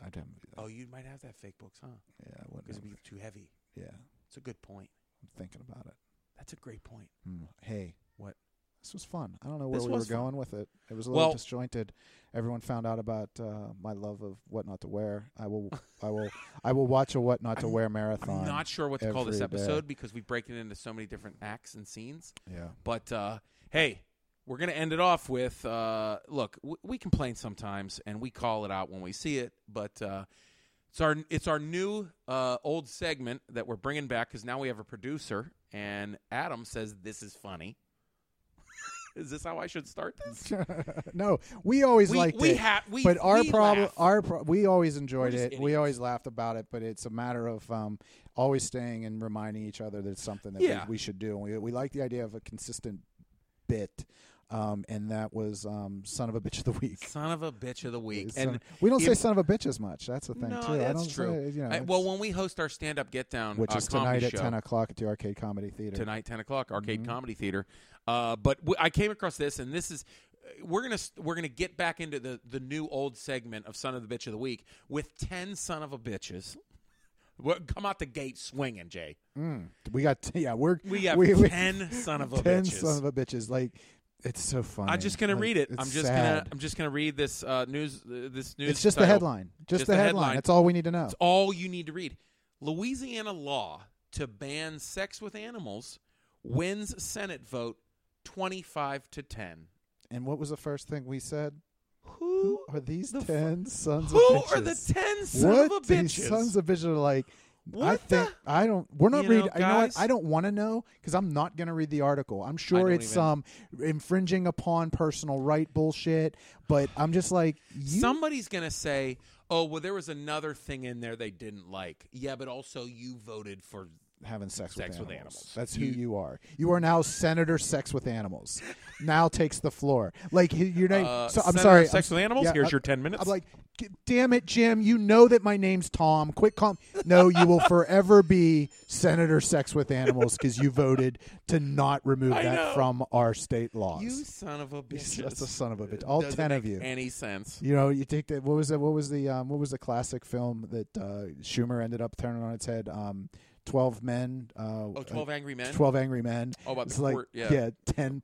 B: I'd have to do that.
A: Oh, you might have that fake books, huh?
B: yeah, I
A: Because
B: wouldn't.
A: it'd
B: have-
A: be too heavy.
B: yeah,
A: It's a good point.
B: I'm thinking about it.
A: That's a great point.
B: Hmm. Hey,
A: What?
B: This was fun. I don't know where
A: This
B: we were
A: was fun.
B: going with it. It was a little
A: Well-
B: disjointed. Everyone found out about uh, my love of what not to wear. I will, I will, I will watch a what not to
A: I'm-
B: wear marathon.
A: I'm not sure what to call this
B: every day.
A: episode because we've broken it into so many different acts and scenes.
B: Yeah,
A: But uh, hey, we're going to end it off with uh, look, w- we complain sometimes and we call it out when we see it, but uh, it's our it's our new uh, old segment that we're bringing back because now we have a producer and Adam says this is funny. is this how I should start this?
B: no, we always
A: We
B: liked
A: we
B: it.
A: have we
B: but our
A: we
B: problem,
A: laugh.
B: our pro- we always enjoyed
A: We're
B: it.
A: just
B: We
A: idiots.
B: always laughed about it. But it's a matter of um, always staying and reminding each other that it's something that
A: Yeah.
B: we, we should do. And we we like the idea of a consistent bit. Um, and that was um, son of a bitch of the week.
A: son of a bitch of the week
B: Son-
A: and
B: we don't
A: you
B: say "son of a bitch" as much. That's the thing
A: No,
B: too. I
A: that's
B: don't
A: true.
B: Say, you know,
A: I- well,
B: it's-
A: when we host our stand up get down,
B: which
A: uh,
B: is
A: comedy
B: tonight at
A: show,
B: ten o'clock at the Arcade Comedy Theater.
A: tonight, 10 o'clock, Arcade
B: Mm-hmm.
A: Comedy Theater. Uh, but w- I came across this, and this is uh, we're gonna s- we're gonna get back into the the new old segment of Son of the Bitch of the Week with ten son of a bitches. We're- come out the gate swinging, Jay.
B: Mm. We got yeah, we're
A: We got
B: we, we-
A: ten son of a
B: 10
A: bitches.
B: son of a bitches. Like it's so funny.
A: I'm just gonna
B: Like,
A: read it.
B: it's
A: I'm just
B: sad.
A: gonna I'm just gonna read this uh, news uh, this news.
B: It's just the
A: title.
B: headline. Just, the, headline. That's all we need to know.
A: It's all you need to read. Louisiana law to ban sex with animals wins Senate vote 25 to 10.
B: And what was the first thing we said?
A: Who,
B: Are these
A: The fu-
B: ten sons
A: who
B: of bitches?
A: are the 10 son
B: what
A: of a
B: these
A: bitches?
B: sons of bitches are like? I
A: What
B: think I don't. We're not
A: You
B: reading.
A: know,
B: I know what.
A: guys-
B: I don't want to know because I'm not going to read the article. I'm sure
A: don't
B: it's
A: even-
B: some infringing upon personal right bullshit. But I'm just like you.
A: Somebody's going to say, oh, well, there was another thing in there they didn't like. Yeah, but also you voted for.
B: having sex,
A: Sex
B: with,
A: with
B: animals.
A: animals.
B: That's who
A: You-
B: you are. You are now Senator Sex with Animals. now takes the floor. Like he- you're not.
A: Uh,
B: so, I'm
A: Senator
B: sorry.
A: Sex
B: I'm,
A: with Animals?
B: yeah, uh,
A: Here's
B: I'm-
A: your 10 minutes.
B: I'm like, "G- damn it, Jim. You know that my name's Tom. Quit calm. No, you will forever be Senator Sex with Animals because you voted to not remove
A: I
B: that
A: know.
B: from our state laws.
A: you son of a bitch.
B: That's a son of a bitch. All
A: Doesn't
B: ten of
A: make
B: you.
A: Any sense.
B: You know, you take that. What was that? What was the um, what was the classic film that uh, Schumer ended up turning on its head? Um, Twelve Men. Uh,
A: Oh, 12 Angry Men?
B: 12 Angry Men.
A: Oh, about
B: it's
A: the
B: like,
A: court, yeah.
B: 10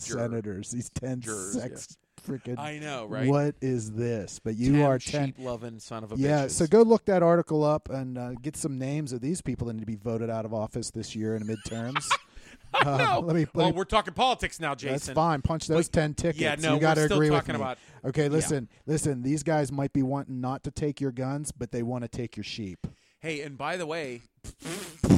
A: The juror.
B: senators. These 10
A: Jurors, yeah.
B: sex freaking.
A: I know, right?
B: What is this? But you are 10.
A: sheep loving son of a
B: yeah,
A: bitches.
B: so go look that article up and uh, get some names of these people that need to be voted out of office this year in the midterms. Uh,
A: No.
B: Let me. Let
A: well,
B: me
A: we're talking politics now, Jason.
B: that's fine. Punch those
A: Wait,
B: ten tickets.
A: yeah, no,
B: you got to
A: we're still
B: agree
A: talking
B: with me.
A: about-
B: okay, listen, listen. These guys might be wanting not to take your guns, but they want to take your sheep.
A: Hey, and by the way,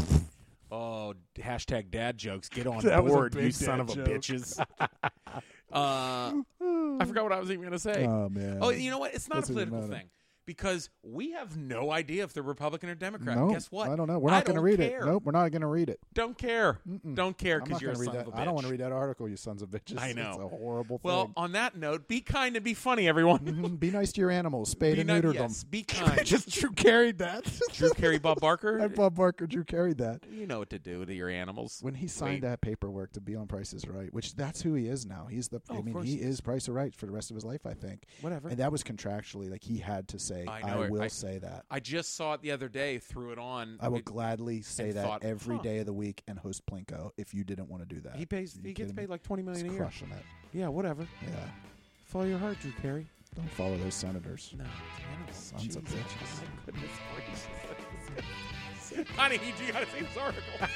A: oh, hashtag dad jokes. Get on
B: That was a
A: board,
B: big
A: you son of
B: dad
A: a
B: joke.
A: bitches. uh, I forgot what I was even going to say.
B: Oh man.
A: oh, you know what? It's not
B: Doesn't
A: a
B: even
A: political
B: matter.
A: thing because we have no idea if they're Republican or Democrat.
B: no,
A: Guess what?
B: I don't know. We're not
A: going to
B: read
A: care.
B: it. Nope, we're not going to read it.
A: Don't care. Don't care
B: I'm not
A: because you're
B: going
A: a
B: to
A: son
B: read
A: of
B: that.
A: a bitch.
B: I don't want to read that article, you sons of bitches.
A: I
B: It's
A: know.
B: a horrible
A: Well, on that note, be kind and be funny, everyone.
B: thing. Mhm. be nice to your animals. Spade
A: be
B: and
A: not-
B: neutered
A: yes,
B: them.
A: be kind.
B: Just Drew carried that.
A: Drew Carey, Bob Barker.
B: And Bob Barker, Drew carried that.
A: You know what to do to your animals.
B: When he signed that paperwork to be on Price is Right, which that's who he is now. He's the.
A: Oh,
B: I
A: of
B: mean,
A: course
B: he
A: he
B: is Price is Right for the rest of his life, I think.
A: Whatever.
B: And that was contractually like he had to say mistake.
A: I
B: I,
A: know it.
B: will
A: I-
B: say that.
A: I just saw it the other day. Threw it on.
B: I will
A: It-
B: gladly say
A: and
B: that every
A: thought,
B: day
A: huh.
B: of the week and host Plinko if you didn't want to do that.
A: He pays.
B: Are you
A: He gets
B: kidding me?
A: paid like twenty
B: He's
A: million a year.
B: crushing it.
A: Yeah, whatever.
B: Yeah.
A: Follow your heart, Drew Carey.
B: Don't follow those senators.
A: No,
B: Sons of bitches.
A: Honey, you gotta see this article.